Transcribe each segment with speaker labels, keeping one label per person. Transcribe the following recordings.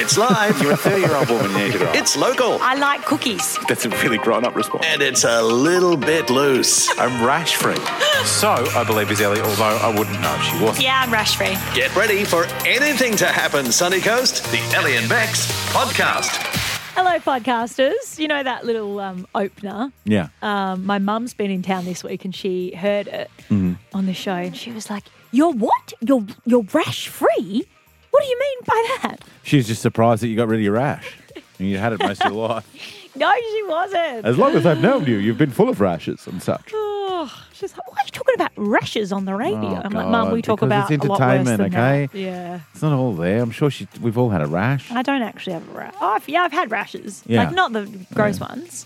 Speaker 1: It's live.
Speaker 2: You're a 30 year old woman naked. Right?
Speaker 1: It's local.
Speaker 3: I like cookies.
Speaker 2: That's a really grown up response.
Speaker 1: And it's a little bit loose.
Speaker 2: I'm rash free. So, I believe is Ellie, although I wouldn't know if she was.
Speaker 3: Yeah, I'm rash free.
Speaker 1: Get ready for anything to happen, Sunny Coast. The Ellie and Bex podcast.
Speaker 3: Hello, podcasters. You know that little um, opener?
Speaker 2: Yeah.
Speaker 3: Um, my mum's been in town this week and she heard it
Speaker 2: Mm-hmm.
Speaker 3: on the show and she was like, You're what? You're, you're rash free? What do you mean by that?
Speaker 2: She was just surprised that you got rid of your rash. And you had it most of your life.
Speaker 3: No, she wasn't.
Speaker 2: As long as I've known you, you've been full of rashes and such.
Speaker 3: Oh, she's like, Why are you talking about rashes on the radio?
Speaker 2: Oh,
Speaker 3: I'm like, Mum,
Speaker 2: God,
Speaker 3: we talk
Speaker 2: because
Speaker 3: about
Speaker 2: it's
Speaker 3: a lot worse
Speaker 2: entertainment,
Speaker 3: than that."
Speaker 2: okay?
Speaker 3: Yeah.
Speaker 2: It's not all there. I'm sure she, we've all had a rash.
Speaker 3: I don't actually have a rash. Oh, I've- yeah, I've had rashes.
Speaker 2: Yeah.
Speaker 3: Like, not the gross ones.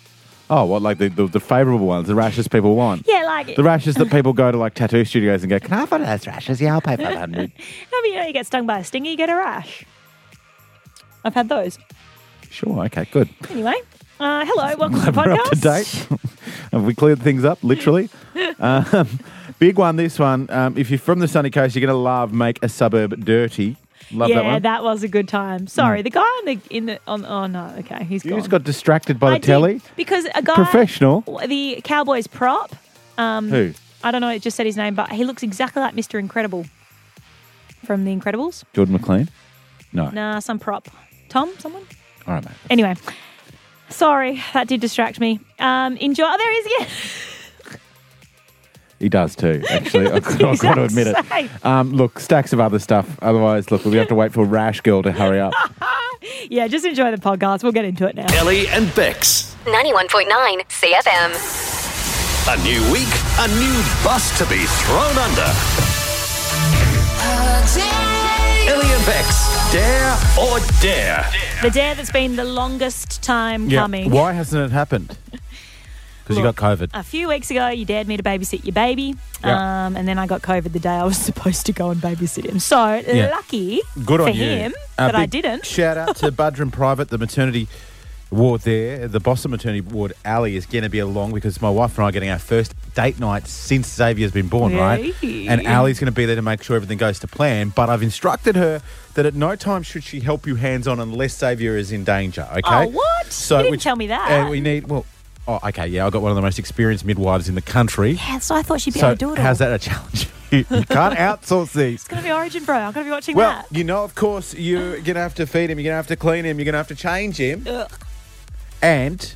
Speaker 2: Oh, what, like the, the, the favourable ones, the rashes people want.
Speaker 3: Yeah, like,
Speaker 2: The rashes that people go to like tattoo studios and go, can I have one of those rashes? Yeah, I'll pay 500.
Speaker 3: No, but you know, you get stung by a stinger, you get a rash. I've had those.
Speaker 2: sure, okay, good.
Speaker 3: Anyway, uh, hello, welcome to the
Speaker 2: We're up
Speaker 3: podcast.
Speaker 2: to date. Have we cleared things up, literally? um, big one, this one. Um, if you're from the sunny coast, you're going to love Make a Suburb Dirty. Love
Speaker 3: yeah,
Speaker 2: that one. was
Speaker 3: was a good time. Sorry, the guy on the in the on. Oh no, okay, he's
Speaker 2: you
Speaker 3: gone.
Speaker 2: just got distracted by
Speaker 3: I
Speaker 2: the
Speaker 3: did,
Speaker 2: telly.
Speaker 3: because a guy
Speaker 2: Professional.
Speaker 3: the Cowboys prop. Um,
Speaker 2: Who?
Speaker 3: I don't know. It just said his name, but he looks exactly like Mr. Incredible from The Incredibles.
Speaker 2: Jordan McLean? No.
Speaker 3: Nah, some prop. Tom, someone.
Speaker 2: All right, mate.
Speaker 3: Anyway, sorry that did distract me. Um, enjoy. Oh, there he is again.
Speaker 2: He does too, actually. I've
Speaker 3: looks
Speaker 2: got, I've got to
Speaker 3: the
Speaker 2: admit
Speaker 3: exact same.
Speaker 2: it. Um, look, stacks of other stuff. Otherwise, look, we'll have to wait for Rash Girl to hurry up.
Speaker 3: Yeah, just enjoy the podcast. We'll get into it now.
Speaker 1: Ellie and Bex.
Speaker 4: 91.9 CFM.
Speaker 1: A new week, a new bus to be thrown under. Ellie and Bex. Dare or dare?
Speaker 3: The dare that's been the longest time coming.
Speaker 2: Why hasn't it happened? Because you
Speaker 3: Look,
Speaker 2: got COVID.
Speaker 3: A few weeks ago, you dared me to babysit your baby,
Speaker 2: Yeah.
Speaker 3: um, and then I got COVID the day I was supposed to go and babysit him. So
Speaker 2: Yeah.
Speaker 3: lucky
Speaker 2: Good
Speaker 3: for
Speaker 2: on you.
Speaker 3: him
Speaker 2: A
Speaker 3: that I
Speaker 2: big
Speaker 3: didn't.
Speaker 2: Shout out to Budrum Private, the maternity ward there. The Boston maternity ward alley is going to be along because my wife and I are getting our first date night since Xavier's been born, right?
Speaker 3: Yay.
Speaker 2: And Allie's going to be there to make sure everything goes to plan. But I've instructed her that at no time should she help you hands on unless Xavier is in danger. Okay?
Speaker 3: Oh, what? You didn't tell me that.
Speaker 2: And we need well. Oh, okay. Yeah, I got one of the most experienced midwives in the country.
Speaker 3: Yeah, so I thought she'd be
Speaker 2: so
Speaker 3: able to do it.
Speaker 2: how's
Speaker 3: all.
Speaker 2: that a challenge? you can't outsource these.
Speaker 3: It's gonna be Origin, bro. I'm gonna be watching
Speaker 2: Well,
Speaker 3: that.
Speaker 2: you know, of course, you're going to have to feed him, you're going to have to clean him, you're going to have to change him.
Speaker 3: Ugh.
Speaker 2: And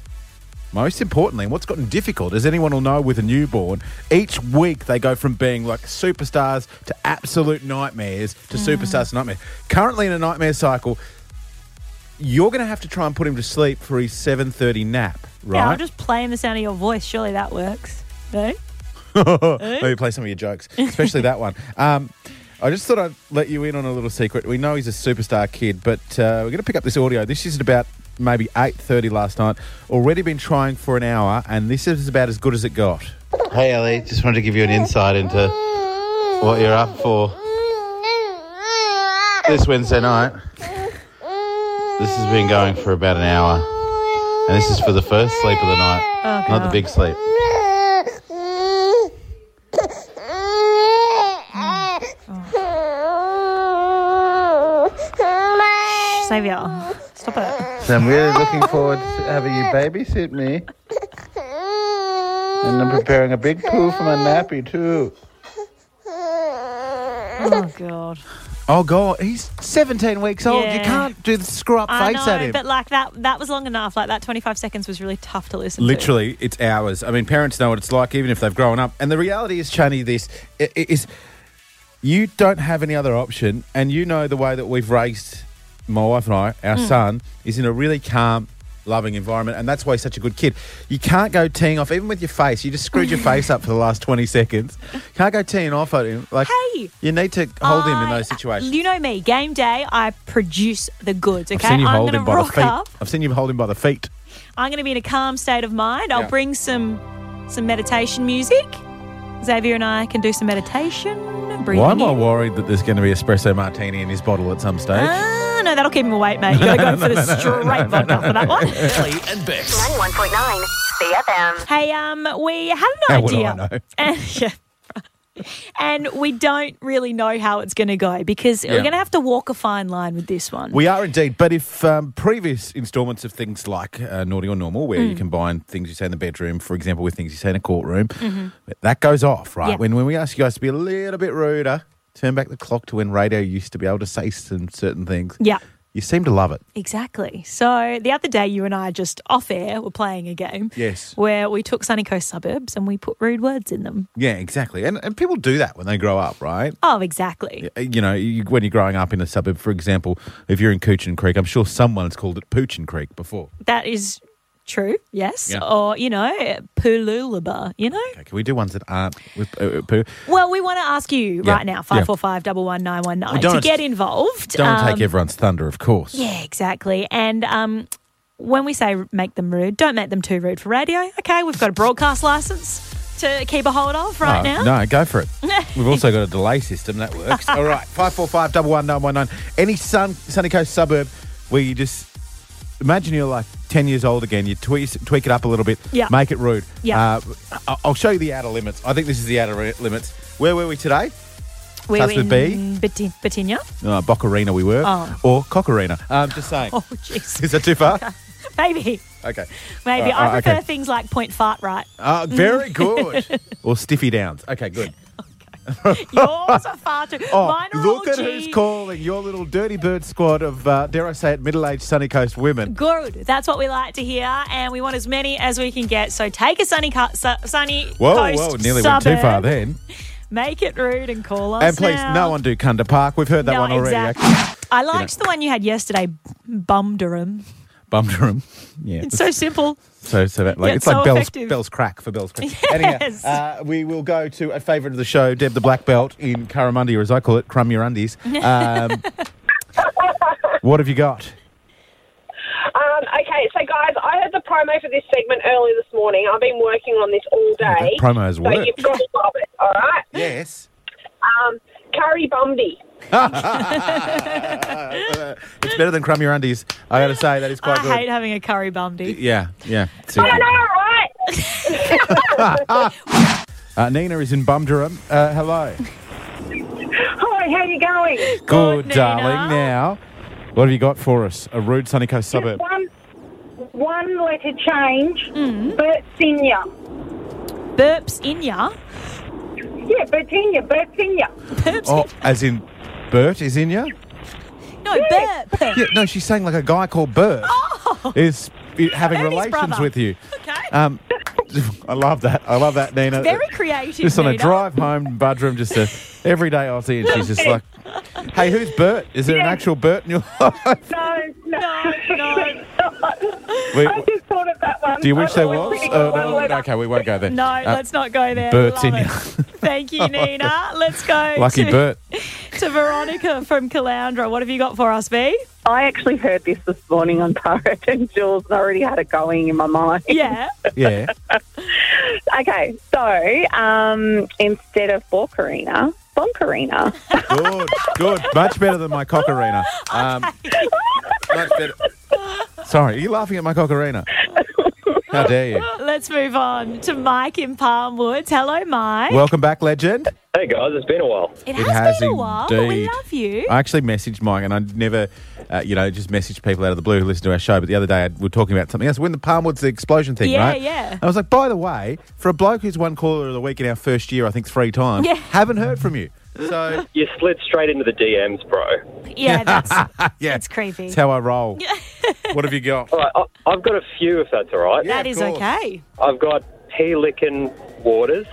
Speaker 2: most importantly, and what's gotten difficult, as anyone will know with a newborn, each week they go from being like superstars to absolute nightmares to
Speaker 3: Mm.
Speaker 2: superstars to nightmares. Currently in a nightmare cycle, you're going to have to try and put him to sleep for his 7.30 nap, right?
Speaker 3: Yeah, I'm just playing the sound of your voice. Surely that works. No?
Speaker 2: Maybe play some of your jokes, especially that one. Um, I just thought I'd let you in on a little secret. We know he's a superstar kid, but uh, we're going to pick up this audio. This is at about maybe 8.30 last night. Already been trying for an hour, and this is about as good as it got.
Speaker 5: Hey Ellie, just wanted to give you an insight into what you're up for this Wednesday night. This has been going for about an hour, and this is for the first sleep of the night,
Speaker 3: Oh,
Speaker 5: not the
Speaker 3: God.
Speaker 5: big sleep.
Speaker 3: Xavier, stop it.
Speaker 5: So I'm really looking forward to having you babysit me, and I'm preparing a big poo for my nappy too.
Speaker 3: Oh, God.
Speaker 2: Oh, God, he's 17 weeks old. You
Speaker 3: Yeah.
Speaker 2: can't do the screw-up
Speaker 3: I
Speaker 2: face
Speaker 3: know,
Speaker 2: at him.
Speaker 3: but like that, that was long enough. Like that 25 seconds was really tough to listen to.
Speaker 2: Literally, it's hours. I mean, parents know what it's like, even if they've grown up. And the reality is, Chani, this i- i- is you don't have any other option. And you know the way that we've raised my wife and I, our
Speaker 3: Mm.
Speaker 2: son, is in a really calm, loving environment. And that's why he's such a good kid. You can't go teeing off, even with your face. You just screwed your face up for the last 20 seconds. Can't go teeing off at him. Like,
Speaker 3: Hey!
Speaker 2: you need to hold him in
Speaker 3: I-
Speaker 2: those situations.
Speaker 3: You know me, game day, I produce the goods, okay?
Speaker 2: I've seen you
Speaker 3: am
Speaker 2: hold
Speaker 3: gonna
Speaker 2: him by the
Speaker 3: rock
Speaker 2: feet.
Speaker 3: up.
Speaker 2: I've seen you hold him by the feet.
Speaker 3: I'm gonna be in a calm state of mind. I'll
Speaker 2: Yeah.
Speaker 3: bring some some meditation music. Xavier and I can do some meditation. Breathing
Speaker 2: Why am I
Speaker 3: in.
Speaker 2: worried that there's going to be espresso martini in his bottle at some stage?
Speaker 3: Ah, no, that'll keep him awake, mate. You gotta go for the straight vodka for that one.
Speaker 1: Ellie and Bex.
Speaker 4: 91.9 CFM.
Speaker 3: Hey, um, we had an
Speaker 2: How would
Speaker 3: idea.
Speaker 2: I know?
Speaker 3: And, yeah. and we don't really know how it's going to go because
Speaker 2: Yeah.
Speaker 3: we're going to have to walk a fine line with this one.
Speaker 2: We are indeed. But if um, previous installments of things like uh, Naughty or Normal, where you
Speaker 3: Hmm.
Speaker 2: combine things you say in the bedroom, for example, with things you say in a courtroom, that goes off, right?
Speaker 3: Mm-hmm. Yeah.
Speaker 2: When, when we ask you guys to be a little bit ruder, turn back the clock to when radio used to be able to say some certain things.
Speaker 3: Yeah.
Speaker 2: You seem to love it.
Speaker 3: Exactly. So the other day, you and I just off air were playing a game.
Speaker 2: Yes.
Speaker 3: Where we took Sunny Coast suburbs and we put rude words in them.
Speaker 2: Yeah, exactly. And, and people do that when they grow up, right?
Speaker 3: Oh, exactly.
Speaker 2: Uh, You know, you, when you're growing up in a suburb, for example, if you're in Coochin Creek, I'm sure someone's called it Poochin Creek before.
Speaker 3: That is true. Yes.
Speaker 2: Yeah.
Speaker 3: Or, you know, Pululaba, you know?
Speaker 2: Okay, can we do ones that aren't with uh, uh, Poo?
Speaker 3: Well, we want to ask you
Speaker 2: Yeah,
Speaker 3: right now,
Speaker 2: yeah.
Speaker 3: 545 11919,
Speaker 2: Well, don't
Speaker 3: to
Speaker 2: want-
Speaker 3: get involved.
Speaker 2: Don't
Speaker 3: Um,
Speaker 2: take everyone's thunder, of course.
Speaker 3: Yeah, exactly. And um, when we say make them rude, don't make them too rude for radio. Okay, we've got a broadcast license to keep a hold of right
Speaker 2: Uh, No,
Speaker 3: now.
Speaker 2: No, go for it. We've also got a delay system that works. All right, five four five double one nine one nine. Any sun, sunny coast suburb where you just imagine you're like ten years old again. You tweak, tweak it up a little bit.
Speaker 3: Yeah.
Speaker 2: Make it rude.
Speaker 3: Yeah.
Speaker 2: Uh, I- I'll show you the outer limits. I think this is the outer ri- limits. Where were we today?
Speaker 3: We're
Speaker 2: starts with
Speaker 3: in Bati- Batinia.
Speaker 2: Uh, Bock Arena we were,
Speaker 3: Oh.
Speaker 2: or Cock Arena. Um, just saying.
Speaker 3: Oh, jeez.
Speaker 2: Is that too far?
Speaker 3: Maybe.
Speaker 2: Okay.
Speaker 3: Maybe.
Speaker 2: Uh,
Speaker 3: I
Speaker 2: uh,
Speaker 3: prefer
Speaker 2: okay.
Speaker 3: things like point fart right.
Speaker 2: Uh,
Speaker 3: Mm.
Speaker 2: very good. or Stiffy Downs. Okay, good.
Speaker 3: Yours are far too.
Speaker 2: Oh,
Speaker 3: mine are
Speaker 2: look
Speaker 3: all
Speaker 2: at
Speaker 3: G.
Speaker 2: who's calling your little dirty bird squad of, uh, dare I say it, middle aged sunny coast women.
Speaker 3: Good. That's what we like to hear, and we want as many as we can get. So take a sunny, co- su- sunny
Speaker 2: Whoa,
Speaker 3: coast
Speaker 2: whoa, nearly
Speaker 3: suburb,
Speaker 2: went too far then.
Speaker 3: Make it rude and call us.
Speaker 2: And please,
Speaker 3: now.
Speaker 2: no one do Kunda Park. We've heard that
Speaker 3: No,
Speaker 2: one already.
Speaker 3: exactly. I liked the one you had yesterday, Bumderum.
Speaker 2: Bumderum. Yeah.
Speaker 3: It's so simple.
Speaker 2: So, so that like
Speaker 3: Yeah,
Speaker 2: it's
Speaker 3: so
Speaker 2: like Bell's,
Speaker 3: effective.
Speaker 2: Bell's crack for Bell's crack.
Speaker 3: Yes.
Speaker 2: Anyhow, uh, we will go to a favourite of the show, Deb the Black Belt in Curramundi, or as I call it, Crum Your Undies. Um, what have you got?
Speaker 6: Um, okay, so guys, I heard the promo for this segment early this morning. I've been working on this all
Speaker 2: that
Speaker 6: day.
Speaker 2: promo has
Speaker 6: so
Speaker 2: worked.
Speaker 6: You've got to love it, all right?
Speaker 2: Yes.
Speaker 6: Um, Curry Bundy.
Speaker 2: It's better than Crum Your Undies. I got to say, that is quite
Speaker 3: I
Speaker 2: good.
Speaker 3: hate having a curry bumdy.
Speaker 2: yeah, yeah. It's
Speaker 6: I
Speaker 2: okay.
Speaker 6: don't know, all right?
Speaker 2: Uh, Nina is in Bumdurham. Uh, hello.
Speaker 6: Hi, how you going?
Speaker 2: Good,
Speaker 3: Nina.
Speaker 2: darling. Now, what have you got for us? A rude sunny coast suburb.
Speaker 6: One, one letter change,
Speaker 3: Mm.
Speaker 6: Bert Senior.
Speaker 3: Burps in ya.
Speaker 6: Yeah, Bertinia, Bert Senior.
Speaker 3: Burps.
Speaker 2: Oh, as in Bert is in you?
Speaker 3: No, burp.
Speaker 2: Yeah, no, she's saying like a guy called Bert is i- having
Speaker 3: Ernie's
Speaker 2: relations
Speaker 3: Oh. brother.
Speaker 2: with you.
Speaker 3: Okay.
Speaker 2: Um, I love that. I love that, Nina.
Speaker 3: Very creative.
Speaker 2: Just on a
Speaker 3: Nina.
Speaker 2: drive home, Budroom, just a everyday Aussie, and she's just like, hey, who's Bert? Is there an
Speaker 6: Yeah.
Speaker 2: actual Bert in your life?
Speaker 6: No, no.
Speaker 3: No, no,
Speaker 2: We-
Speaker 6: I just thought of that one.
Speaker 2: do you wish
Speaker 6: I
Speaker 2: there
Speaker 6: thought
Speaker 2: was?
Speaker 6: it
Speaker 2: Oh,
Speaker 6: a pretty good
Speaker 2: no,
Speaker 6: one-letter.
Speaker 2: okay, we won't go there.
Speaker 3: no.
Speaker 2: Uh,
Speaker 3: let's not go there.
Speaker 2: Burps
Speaker 3: Love
Speaker 2: in
Speaker 3: it.
Speaker 2: ya.
Speaker 3: Thank you, Nina. Let's go
Speaker 2: Lucky
Speaker 3: to,
Speaker 2: Bert.
Speaker 3: to Veronica from Caloundra. What have you got for us, B?
Speaker 7: I actually heard this this morning on Tara and Jules, and I already had it going in my mind.
Speaker 3: Yeah.
Speaker 2: Yeah.
Speaker 7: Okay, so um, instead of Borkarina, Bonkarina.
Speaker 2: Good, good. Much better than my cock arena. Um, much better. Sorry, are you laughing at my cock arena? How dare you?
Speaker 3: Let's move on to Mike in Palm Woods. Hello, Mike.
Speaker 2: Welcome back, legend.
Speaker 8: Hey guys, it's been a while.
Speaker 3: it
Speaker 2: it
Speaker 3: has,
Speaker 2: has
Speaker 3: been a while, but we
Speaker 2: indeed.
Speaker 3: love you.
Speaker 2: I actually messaged Mike, and I never, uh, you know, just messaged people out of the blue who listen to our show. But the other day, I, we were talking about something else. When the Palmwoods explosion thing,
Speaker 3: Yeah,
Speaker 2: right?
Speaker 3: yeah.
Speaker 2: I was like, by the way, for a bloke who's won caller of the week in our first year, I think three times,
Speaker 3: Yeah.
Speaker 2: haven't heard from you. So
Speaker 8: You slid straight into the DMs, bro.
Speaker 3: yeah, that's
Speaker 2: yeah,
Speaker 3: It's creepy.
Speaker 2: It's how I roll. what have you got?
Speaker 8: All right, I, I've got a few if that's all right.
Speaker 2: Yeah,
Speaker 3: that
Speaker 2: of
Speaker 3: is
Speaker 2: course.
Speaker 3: okay.
Speaker 8: I've got Pelican Waters.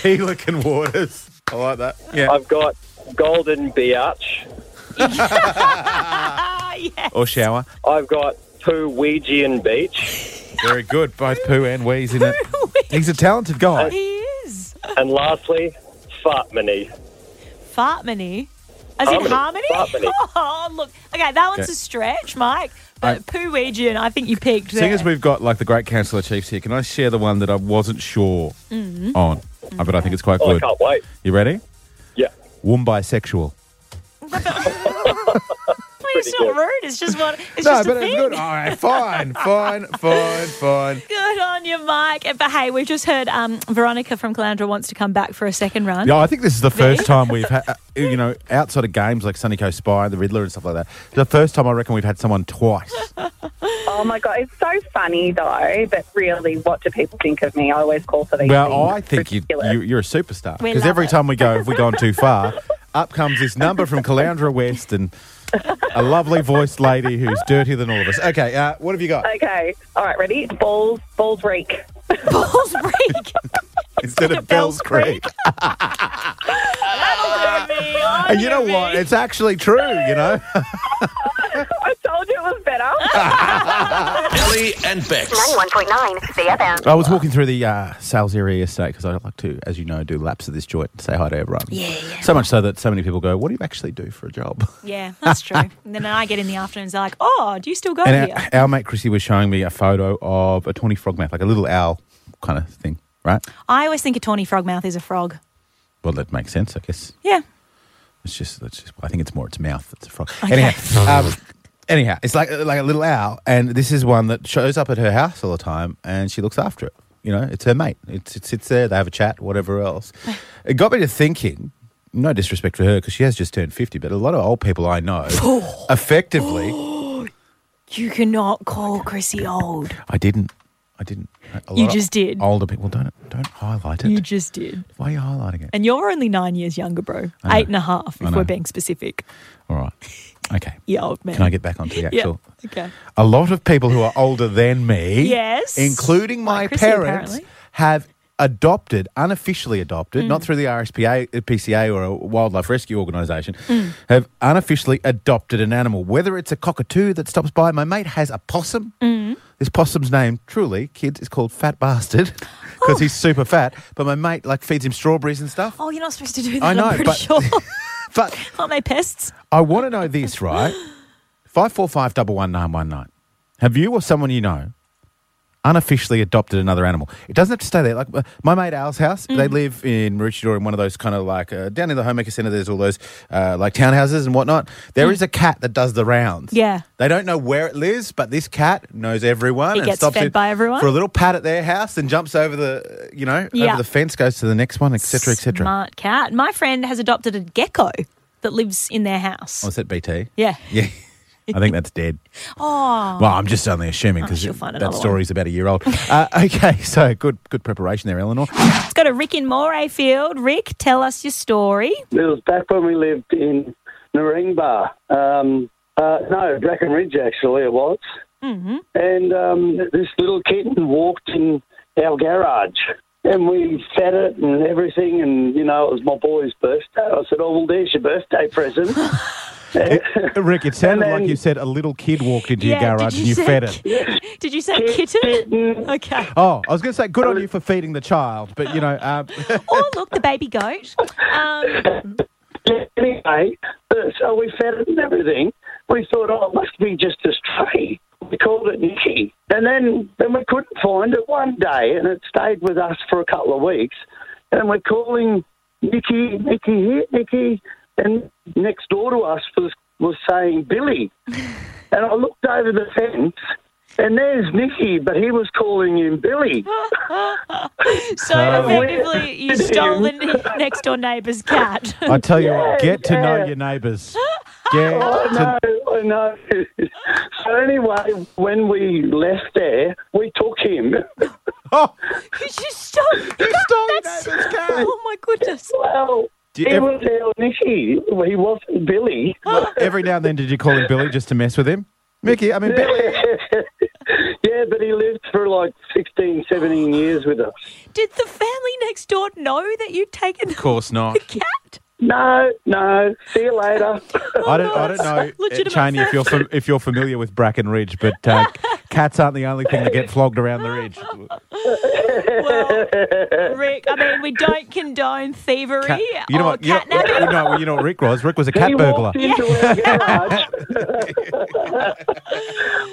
Speaker 2: Pelican waters. I like that. Yeah.
Speaker 8: I've got Golden Biatch.
Speaker 3: Ah, yeah.
Speaker 2: or shower.
Speaker 8: I've got Poowegian Beach.
Speaker 2: Very good. Both poo and wheeze in it. He's a talented guy.
Speaker 3: He is.
Speaker 8: And lastly, Fartmany.
Speaker 3: Fartmony. As in harmony?
Speaker 8: Harmony. Fartmony.
Speaker 3: Oh, look. Okay, that one's
Speaker 2: Okay.
Speaker 3: a stretch, Mike. But Pooegian, I think you picked
Speaker 2: Seeing
Speaker 3: there.
Speaker 2: as we've got like the great council of chiefs here, can I share the one that I wasn't sure
Speaker 3: Mm-hmm.
Speaker 2: on? Uh, But I think it's quite
Speaker 8: Oh, I
Speaker 2: good.
Speaker 8: can't wait.
Speaker 2: You ready?
Speaker 8: Yeah.
Speaker 2: Womb bisexual.
Speaker 3: we
Speaker 8: pretty
Speaker 3: it's
Speaker 8: good.
Speaker 3: not rude. It's just what. It's
Speaker 2: No,
Speaker 3: just
Speaker 2: but
Speaker 3: a
Speaker 2: it's
Speaker 3: thing.
Speaker 2: good. All right, fine, fine, fine, fine.
Speaker 3: Good on you, Mike. But hey, we've just heard um, Veronica from Calandra wants to come back for a second run.
Speaker 2: Yeah, I think this is the first time we've had, uh, you know, outside of games like Sunny Coast Spy and the Riddler and stuff like that, the first time I reckon we've had someone twice.
Speaker 7: Oh my god, it's so funny though. But really, what do people think of me? I always call for these.
Speaker 2: Well,
Speaker 7: things.
Speaker 2: I think you,
Speaker 7: Ridiculous.
Speaker 2: you, you're a superstar
Speaker 3: We
Speaker 2: because
Speaker 3: love
Speaker 2: every
Speaker 3: it.
Speaker 2: time we go, if we gone too far, up comes this number from Caloundra West and a lovely voiced lady who's dirtier than all of us. Okay, uh, what have you got?
Speaker 7: Okay, all right, ready? Balls, balls reek.
Speaker 3: Balls break.
Speaker 2: Instead of Bell's Creek.
Speaker 3: That'll do me. On
Speaker 2: And you know
Speaker 3: me.
Speaker 2: what? It's actually true, you know?
Speaker 7: I told you it was better.
Speaker 1: Ellie and Bex.
Speaker 4: 91.9 CFM.
Speaker 2: I was walking through the uh, sales area yesterday because I like to, as you know, do laps of this joint and say hi to everyone.
Speaker 3: Yeah, yeah. Oh,
Speaker 2: So much so that so many people go, What do you actually do for a job?
Speaker 3: Yeah, that's true. and then I get in the afternoons like, oh, do you still go
Speaker 2: And
Speaker 3: here?
Speaker 2: our, our mate Chrissy was showing me a photo of a tawny frogmouth, like a little owl kind of thing, right?
Speaker 3: I always think a tawny frog mouth is a frog.
Speaker 2: Well, that makes sense, I guess.
Speaker 3: Yeah.
Speaker 2: It's just, it's just I think it's more its mouth that's a frog. Anyhow, um, anyhow, it's like like a little owl, and this is one that shows up at her house all the time, and she looks after it. You know, it's her mate. It, it sits there, they have a chat, whatever else. It got me to thinking. No disrespect for her because she has just turned fifty, but a lot of old people I know,
Speaker 3: Oh.
Speaker 2: effectively,
Speaker 3: You cannot call Chrissy old.
Speaker 2: I didn't, I didn't. A
Speaker 3: You
Speaker 2: lot of
Speaker 3: just did.
Speaker 2: Older people don't don't highlight it.
Speaker 3: You just did.
Speaker 2: Why are you highlighting it?
Speaker 3: And you're only nine years younger, bro.
Speaker 2: I know.
Speaker 3: Eight and a half,
Speaker 2: I
Speaker 3: if
Speaker 2: know.
Speaker 3: we're being specific.
Speaker 2: All right, okay.
Speaker 3: You old man.
Speaker 2: Can I get back onto the
Speaker 3: Yeah.
Speaker 2: actual?
Speaker 3: Okay.
Speaker 2: a lot of people who are older than me,
Speaker 3: Yes.
Speaker 2: including my
Speaker 3: Like Chrissy,
Speaker 2: parents,
Speaker 3: apparently. Mm.
Speaker 2: have adopted, unofficially adopted, not through the RSPA, uh, PCA, or a wildlife rescue organisation,
Speaker 3: Mm.
Speaker 2: have unofficially adopted an animal. Whether it's a cockatoo that stops by, my mate has a possum.
Speaker 3: Mm.
Speaker 2: This possum's name, truly, kids, is called Fat Bastard because he's super fat. But my mate like feeds him strawberries and stuff.
Speaker 3: Oh, you're not supposed to do that.
Speaker 2: I know,
Speaker 3: am pretty
Speaker 2: but-
Speaker 3: sure.
Speaker 2: But
Speaker 3: Aren't they pests?
Speaker 2: I want to know this, right? Five four five double one nine one nine. Have you or someone you know unofficially adopted another animal? It doesn't have to stay there. Like uh, my mate Al's house,
Speaker 3: Mm.
Speaker 2: they live in Maroochydore in one of those kind of like uh, down in the homemaker centre. There's all those uh, like townhouses and whatnot. There is a cat that does the rounds.
Speaker 3: Mm. Yeah.
Speaker 2: they don't know where it lives, but this cat knows everyone.
Speaker 3: It
Speaker 2: and
Speaker 3: gets
Speaker 2: stops
Speaker 3: fed
Speaker 2: in
Speaker 3: by everyone?
Speaker 2: for a little pat at their house and jumps over the uh, you know
Speaker 3: Yeah.
Speaker 2: over the fence, goes to the next one, etc. etc.
Speaker 3: Smart cat. My friend has adopted a gecko that lives in their house.
Speaker 2: Was that BT?
Speaker 3: yeah.
Speaker 2: Yeah. I think that's dead.
Speaker 3: Oh.
Speaker 2: Well, I'm just only assuming because
Speaker 3: she'll find
Speaker 2: that
Speaker 3: another one.
Speaker 2: story's about a year old. Uh, okay, so good good preparation there, Eleanor.
Speaker 3: Let's go to Rick in Morayfield. Rick, tell us your story.
Speaker 9: It was back when we lived in Naringba. Um, uh, no, Brackenridge, actually, it was. And um, this little kitten walked in our garage. And we fed it and everything. And, you know, it was my boy's birthday. I said, oh, well, there's your birthday present.
Speaker 2: Rick, it sounded
Speaker 9: And then-
Speaker 2: like you said a little kid walked into your
Speaker 3: Yeah, did
Speaker 2: garage
Speaker 3: you
Speaker 2: and you
Speaker 3: say
Speaker 2: fed it.
Speaker 3: Did you say kitten?
Speaker 9: Kitten.
Speaker 3: Okay.
Speaker 2: Oh, I was going to say good on you for feeding the child, but you know, uh,
Speaker 3: Oh, look, the baby goat. Um,
Speaker 9: Anyway, so we fed it and everything. We thought, oh, it must be just a stray. We called it Nikki. And then, then we couldn't find it one day, and it stayed with us for a couple of weeks. And we're calling Nikki, Nikki here, Nikki. And next door to us was, was saying Billy. and I looked over the fence, and there's Nikki, but he was calling him Billy.
Speaker 3: so effectively, you stole the ne- next door neighbour's cat.
Speaker 2: I tell you what, get to know
Speaker 9: yeah.
Speaker 2: your neighbours.
Speaker 3: Oh,
Speaker 2: Get
Speaker 9: I
Speaker 2: to,
Speaker 9: know, I know. So anyway, when we left there, we took him.
Speaker 2: oh,
Speaker 3: you just stole.
Speaker 2: you stole your
Speaker 3: That's-
Speaker 2: neighbour's cat.
Speaker 3: Oh my goodness.
Speaker 9: Well,
Speaker 2: Do
Speaker 9: he
Speaker 2: you ever-
Speaker 9: was our Nicky. He wasn't Billy.
Speaker 2: Every now and then, did you call him Billy just to mess with him, Mickey? I mean, Billy.
Speaker 9: yeah, but he lived for like 16, 17 years with us.
Speaker 3: Did the family next door know that you'd taken
Speaker 2: Of
Speaker 3: the
Speaker 2: course not.
Speaker 3: cat?
Speaker 9: No, no. See you later.
Speaker 2: I don't, I don't know, uh,
Speaker 3: Legitimate
Speaker 2: Cheney, if you're fam- if you're familiar with Brackenridge, but uh, cats aren't the only thing that get flogged around the ridge.
Speaker 3: Well, Rick, I mean, we don't condone thievery
Speaker 2: Cat- you know
Speaker 3: or
Speaker 2: what? You know, uh,
Speaker 3: catnapping.
Speaker 2: you know- you know what Rick was? Rick was a cat
Speaker 9: he
Speaker 2: burglar.
Speaker 9: walked into our garage.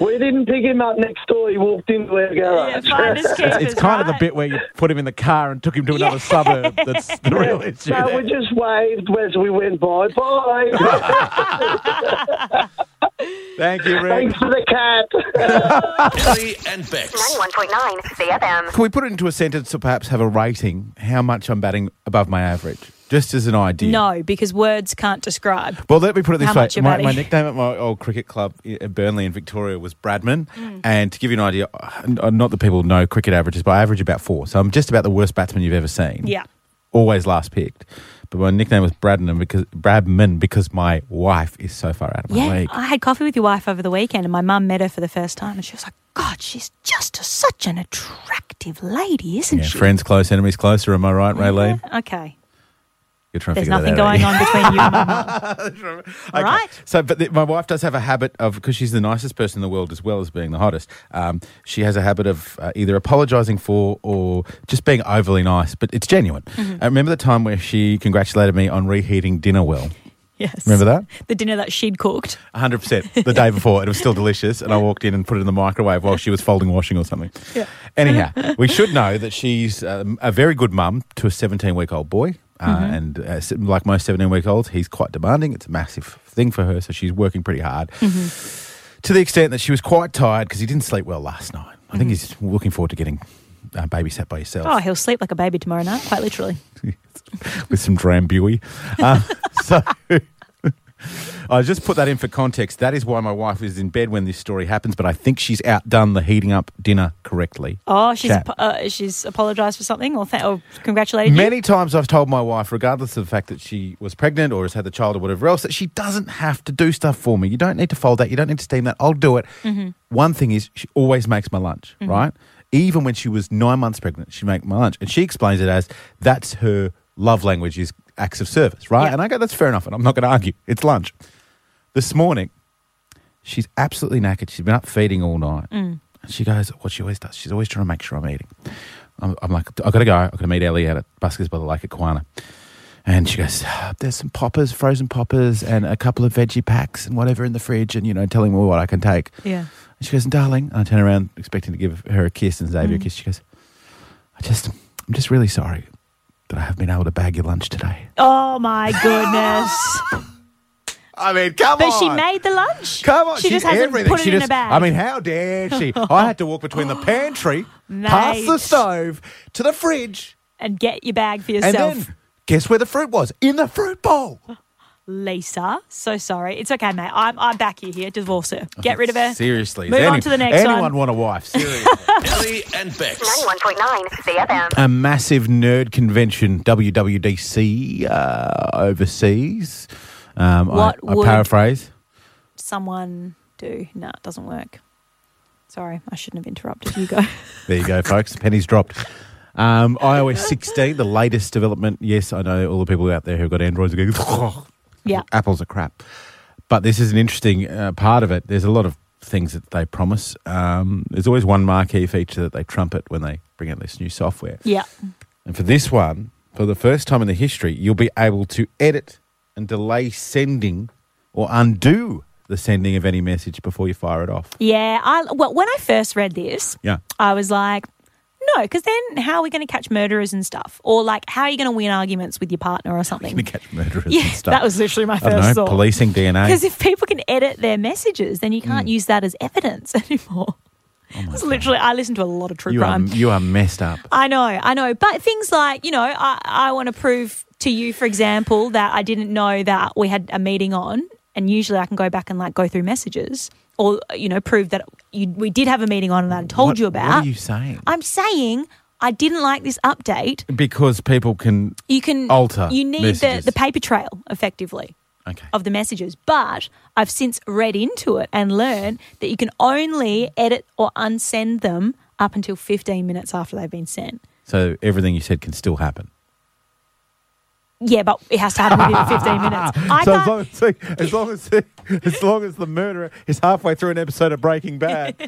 Speaker 9: we didn't pick him up next door. He walked into our
Speaker 3: Yeah,
Speaker 9: garage.
Speaker 3: finest
Speaker 2: It's kind of the bit where you put him in the car and took him to another suburb. That's the real issue.
Speaker 9: So
Speaker 2: there.
Speaker 9: we just waved as we went by. Bye.
Speaker 2: Thank you, Rick.
Speaker 9: Thanks for the cat.
Speaker 1: Ellie and Bex.
Speaker 4: 91.9 CFM.
Speaker 2: Can we put it into a sentence or perhaps have a rating how much I'm batting above my average? Just as an idea.
Speaker 3: No, because words can't describe.
Speaker 2: Well, let me put it this
Speaker 3: How
Speaker 2: way.
Speaker 3: much you're
Speaker 2: My,
Speaker 3: batting?
Speaker 2: my nickname at my old cricket club i- at Burnley in Victoria was Bradman.
Speaker 3: Mm.
Speaker 2: And to give you an idea, uh, n- uh, not that people know cricket averages, but I average about four. So I'm just about the worst batsman you've ever seen.
Speaker 3: Yeah.
Speaker 2: Always last picked. But my nickname was Bradman because, Bradman because my wife is so far out of my
Speaker 3: Yeah,
Speaker 2: league.
Speaker 3: I had coffee with your wife over the weekend, and my mum met her for the first time, and she was like, "God, she's just a, such an attractive lady, isn't
Speaker 2: Yeah,
Speaker 3: she?"
Speaker 2: friends close, enemies closer. Am I right, Raylene?
Speaker 3: Okay,
Speaker 2: You're trying to
Speaker 3: there's
Speaker 2: figure
Speaker 3: nothing
Speaker 2: that out,
Speaker 3: going on between you and my mum.
Speaker 2: Okay.
Speaker 3: right?
Speaker 2: So, but the, my wife does have a habit of because she's the nicest person in the world as well as being the hottest. Um, she has a habit of uh, either apologising for or just being overly nice, but it's genuine. I remember the time where she congratulated me on reheating dinner well.
Speaker 3: Yes,
Speaker 2: Remember that?
Speaker 3: the dinner that she'd cooked.
Speaker 2: 100% the day before. It was still delicious. And I walked in and put it in the microwave while she was folding washing or something. Yeah. Anyhow, we should know that she's um, a very good mum to a 17 week old boy. Uh, And uh, s- like most 17 week olds, he's quite demanding. It's a massive thing for her. So she's working pretty hard to the extent that she was quite tired because he didn't sleep well last night. I think he's looking forward to getting uh, babysat by yourself
Speaker 3: Oh, he'll sleep like a baby tomorrow night, quite literally.
Speaker 2: with some drambuie. Uh, so I just put that in for context. That is why my wife is in bed when this story happens, but I think she's outdone the heating up dinner correctly.
Speaker 3: Oh, she's
Speaker 2: Chat.
Speaker 3: apo- uh, she's apologised for something, or, th- or congratulated you.
Speaker 2: Many times I've told my wife, regardless of the fact that she was pregnant or has had the child or whatever else, that she doesn't have to do stuff for me. You don't need to fold that. You don't need to steam that. I'll do it. One thing is, she always makes my lunch, right? Even when she was nine months pregnant, she made my lunch. And she explains it as that's her love language is acts of service, right?
Speaker 3: Yeah.
Speaker 2: And I go, that's fair enough. And I'm not going to argue. It's lunch. This morning, she's absolutely knackered. She's been up feeding all night.
Speaker 3: Mm.
Speaker 2: And she goes, what she always does, she's always trying to make sure I'm eating. I'm, I'm like, I've got to go. I've got to meet Ellie out at Buskers by the Lake at Kwana. And she goes, "Ah, there's some poppers, frozen poppers, and a couple of veggie packs and whatever in the fridge, and, you know, telling me what I can take.
Speaker 3: Yeah.
Speaker 2: And she goes, darling, and I turn around expecting to give her a kiss and
Speaker 3: Mm.
Speaker 2: Xavier a kiss. She goes, I just, I'm just really sorry that I haven't been able to bag your lunch today.
Speaker 3: Oh my goodness!
Speaker 2: I mean, come
Speaker 3: but she made the lunch.
Speaker 2: Come on,
Speaker 3: she just
Speaker 2: she's
Speaker 3: hasn't
Speaker 2: everything.
Speaker 3: put it
Speaker 2: she
Speaker 3: in
Speaker 2: just,
Speaker 3: a bag.
Speaker 2: I mean, how dare she? I had to walk between the pantry, past the
Speaker 3: Mate.
Speaker 2: stove, to the fridge,
Speaker 3: and get your bag for
Speaker 2: and
Speaker 3: yourself.
Speaker 2: then guess where the fruit was? In the fruit bowl.
Speaker 3: Lisa, so sorry. It's okay, mate. I'm, I'm back you here. Divorce her. Get rid of her.
Speaker 2: Seriously,
Speaker 3: Move
Speaker 2: Does
Speaker 3: on
Speaker 2: any-
Speaker 3: to the next
Speaker 2: anyone
Speaker 3: one.
Speaker 2: want a wife? Seriously.
Speaker 1: Ellie and Bex.
Speaker 4: 91.9 CFM.
Speaker 2: a massive nerd convention, WWDC, uh, overseas. Um, I-
Speaker 3: What
Speaker 2: I,
Speaker 3: would-
Speaker 2: paraphrase.
Speaker 3: Someone do. No, it doesn't work. Sorry, I shouldn't have interrupted. You go.
Speaker 2: There you go, folks. Pennies dropped. Um, iOS 16, the latest development. Yes, I know all the people out there who've got Androids are going,
Speaker 3: yeah.
Speaker 2: Apples are crap. But this is an interesting uh, part of it. There's a lot of things that they promise. Um, there's always one marquee feature that they trumpet when they bring out this new software.
Speaker 3: Yeah.
Speaker 2: And for this one, for the first time in the history, you'll be able to edit and delay sending or undo the sending of any message before you fire it off.
Speaker 3: Yeah. I, well, when I first read this,
Speaker 2: Yeah.
Speaker 3: I was like, no, because then how are we going to catch murderers and stuff? Or like, how are you going to win arguments with your partner or something?
Speaker 2: To catch murderers
Speaker 3: Yeah,
Speaker 2: and stuff.
Speaker 3: that was literally my
Speaker 2: I don't know,
Speaker 3: first thought.
Speaker 2: policing
Speaker 3: Because
Speaker 2: DNA.
Speaker 3: if people can edit their messages, then you
Speaker 2: Hmm.
Speaker 3: can't use that as evidence anymore. It's literally, I listen to a lot of true
Speaker 2: Oh You are,
Speaker 3: crime.
Speaker 2: you are messed up.
Speaker 3: I know, I know. But things like, you know, I, I want to prove to you, for example, that I didn't know that we had a meeting on. And usually I can go back and like go through messages or, you know, prove that you, we did have a meeting on and I told
Speaker 2: What-
Speaker 3: you about.
Speaker 2: What are you saying?
Speaker 3: I'm saying I didn't like this update.
Speaker 2: because people can.
Speaker 3: You can
Speaker 2: Alter
Speaker 3: You need
Speaker 2: messages.
Speaker 3: the the paper trail effectively
Speaker 2: Okay.
Speaker 3: of the messages. But I've since read into it and learned that you can only edit or unsend them up until 15 minutes after they've been sent.
Speaker 2: So everything you said can still happen.
Speaker 3: Yeah, but it has to happen within 15 minutes. I
Speaker 2: so as
Speaker 3: can't-
Speaker 2: long as, the- as long as the- as long as the murderer is halfway through an episode of Breaking Bad,
Speaker 3: no,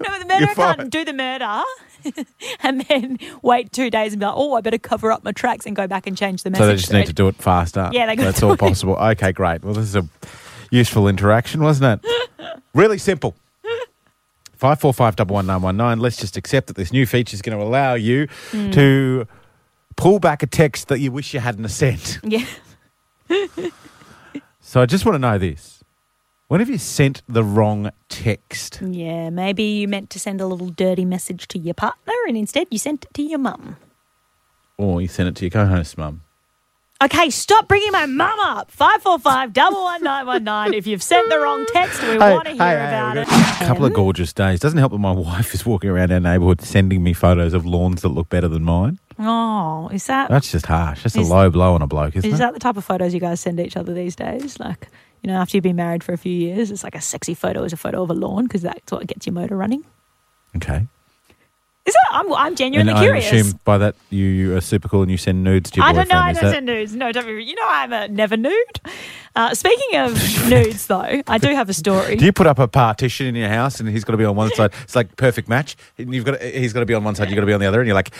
Speaker 3: but the murderer
Speaker 2: You're fine.
Speaker 3: can't do the murder and then wait two days and be like, oh, I better cover up my tracks and go back and change the message.
Speaker 2: so they just need to do it faster.
Speaker 3: Yeah, they gotta
Speaker 2: that's
Speaker 3: do
Speaker 2: all
Speaker 3: it.
Speaker 2: possible. Okay, great. Well, this is a useful interaction, wasn't it? really simple. Five four five double one nine one nine. Let's just accept that this new feature is going to allow you
Speaker 3: Hmm.
Speaker 2: to pull back a text that you wish you hadn't sent.
Speaker 3: Yeah.
Speaker 2: So I just want to know this. When have you sent the wrong text?
Speaker 3: Yeah, maybe you meant to send a little dirty message to your partner and instead you sent it to your mum.
Speaker 2: Or you sent it to your co-host mum?
Speaker 3: Okay, stop bringing my mum up. 545 11919. If you've sent the wrong text, we want to hear about it.
Speaker 2: A couple of gorgeous days. Doesn't help that my wife is walking around our neighbourhood sending me photos of lawns that look better than mine.
Speaker 3: Oh, is that
Speaker 2: That's just harsh. That's
Speaker 3: Is-
Speaker 2: a low blow on a bloke, isn't
Speaker 3: is
Speaker 2: it?
Speaker 3: that the type of photos you guys send each other these days? Like, you know, after you've been married for a few years, it's like a sexy photo is a photo of a lawn because that's what gets your motor running.
Speaker 2: okay.
Speaker 3: Is that? I'm, I'm
Speaker 2: and
Speaker 3: genuinely
Speaker 2: I
Speaker 3: curious.
Speaker 2: assume by that you, you are super cool and you send nudes to your
Speaker 3: I don't
Speaker 2: boyfriend.
Speaker 3: know. I
Speaker 2: is
Speaker 3: don't
Speaker 2: that-
Speaker 3: send nudes. No, don't be. You know, I'm a never nude. Uh, speaking of nudes, though, I do have a story.
Speaker 2: Do you put up a partition in your house and he's got to be on one side? It's like perfect match. And you've got to, he's got to be on one side, you've got to be on the other, and you're like,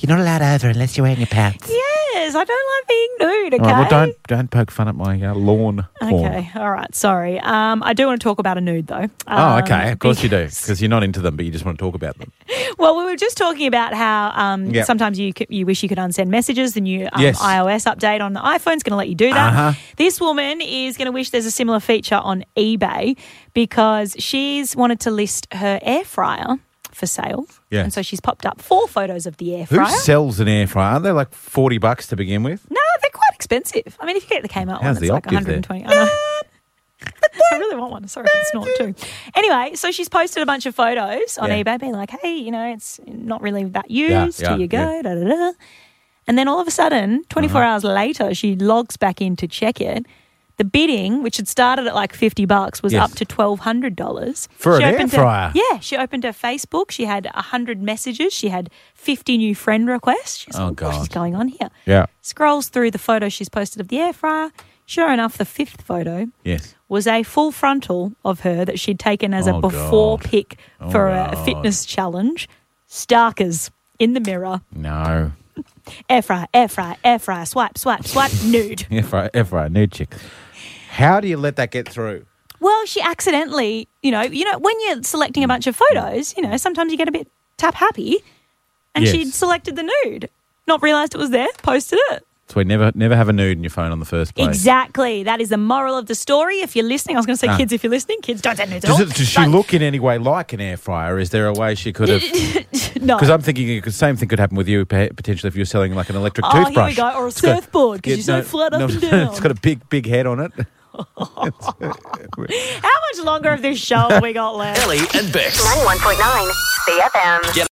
Speaker 2: you're not allowed over unless you're wearing your pants.
Speaker 3: yes, I don't like being nude. Okay.
Speaker 2: All right, well, don't don't poke fun at my uh, lawn. porn.
Speaker 3: Okay, all right, sorry. Um, I do want to talk about a nude though.
Speaker 2: Oh,
Speaker 3: Um,
Speaker 2: okay. Of course you do,
Speaker 3: because-
Speaker 2: because you're not into them, but you just want to talk about them.
Speaker 3: Well, we were just talking about how um,
Speaker 2: Yep.
Speaker 3: sometimes you c- you wish you could unsend messages. The new um,
Speaker 2: Yes.
Speaker 3: iOS update on the iPhone's going to let you do that.
Speaker 2: Uh-huh.
Speaker 3: This woman is going to wish there's a similar feature on eBay because she's wanted to list her air fryer for sale.
Speaker 2: Yes.
Speaker 3: And so she's popped up four photos of the air
Speaker 2: Who
Speaker 3: fryer.
Speaker 2: sells an air fryer? Aren't they like forty bucks to begin with?
Speaker 3: no, they're quite expensive. I mean, if you get the Kmart one,
Speaker 2: How's
Speaker 3: it's
Speaker 2: the
Speaker 3: like
Speaker 2: op give there?
Speaker 3: 120. I know. I really want one. Sorry, it's not too. Anyway, so she's posted a bunch of photos on
Speaker 2: Yeah.
Speaker 3: eBay, being like, "Hey, you know, it's not really that used.
Speaker 2: yeah,
Speaker 3: Here you go."
Speaker 2: yeah.
Speaker 3: Da,
Speaker 2: Uh-huh.
Speaker 3: da, da. And then all of a sudden, 24 hours later, she logs back in to check it. The bidding, which had started at like 50 bucks, was
Speaker 2: Yes.
Speaker 3: up to $1,200
Speaker 2: For
Speaker 3: She
Speaker 2: an air
Speaker 3: opened her-
Speaker 2: fryer?
Speaker 3: yeah, she opened her Facebook. She had 100 messages. She had 50 new friend requests. She's
Speaker 2: Oh,
Speaker 3: like, "What is
Speaker 2: God.
Speaker 3: going on here?"
Speaker 2: Yeah.
Speaker 3: Scrolls through the photo she's posted of the air fryer. Sure enough, the fifth photo
Speaker 2: Yes.
Speaker 3: was a full frontal of her that she'd taken as a
Speaker 2: Oh,
Speaker 3: before
Speaker 2: God. Oh,
Speaker 3: pic for a
Speaker 2: God.
Speaker 3: fitness challenge. Starkers in the mirror.
Speaker 2: No.
Speaker 3: Air fryer, air fryer, air fryer, swipe, swipe, swipe, nude.
Speaker 2: Air fryer, air fryer, nude chick. How do you let that get through?
Speaker 3: Well, she accidentally, you know, you know, when you're selecting a bunch of photos, you know, sometimes you get a bit tap happy and
Speaker 2: Yes.
Speaker 3: she'd selected the nude. Not realised it was there, posted it.
Speaker 2: So we never never have a nude in your phone on the first place.
Speaker 3: Exactly. That is the moral of the story. If you're listening, I was going to say,
Speaker 2: Ah.
Speaker 3: kids, if you're listening, kids don't send nudes at
Speaker 2: Does,
Speaker 3: all.
Speaker 2: it, does she
Speaker 3: But-
Speaker 2: look in any way like an air fryer? Is there a way she could have?
Speaker 3: No.
Speaker 2: Because I'm thinking the same thing could happen with you pe- potentially if you're selling like an electric
Speaker 3: Oh,
Speaker 2: toothbrush.
Speaker 3: here we go, or a
Speaker 2: It's got-
Speaker 3: surfboard because
Speaker 2: Yeah,
Speaker 3: you're so
Speaker 2: no,
Speaker 3: flat up
Speaker 2: no,
Speaker 3: and down.
Speaker 2: It's got a big, big head on it.
Speaker 3: How much longer of this show have we got left?
Speaker 1: Ellie and Bex.
Speaker 4: 91.9 CFM.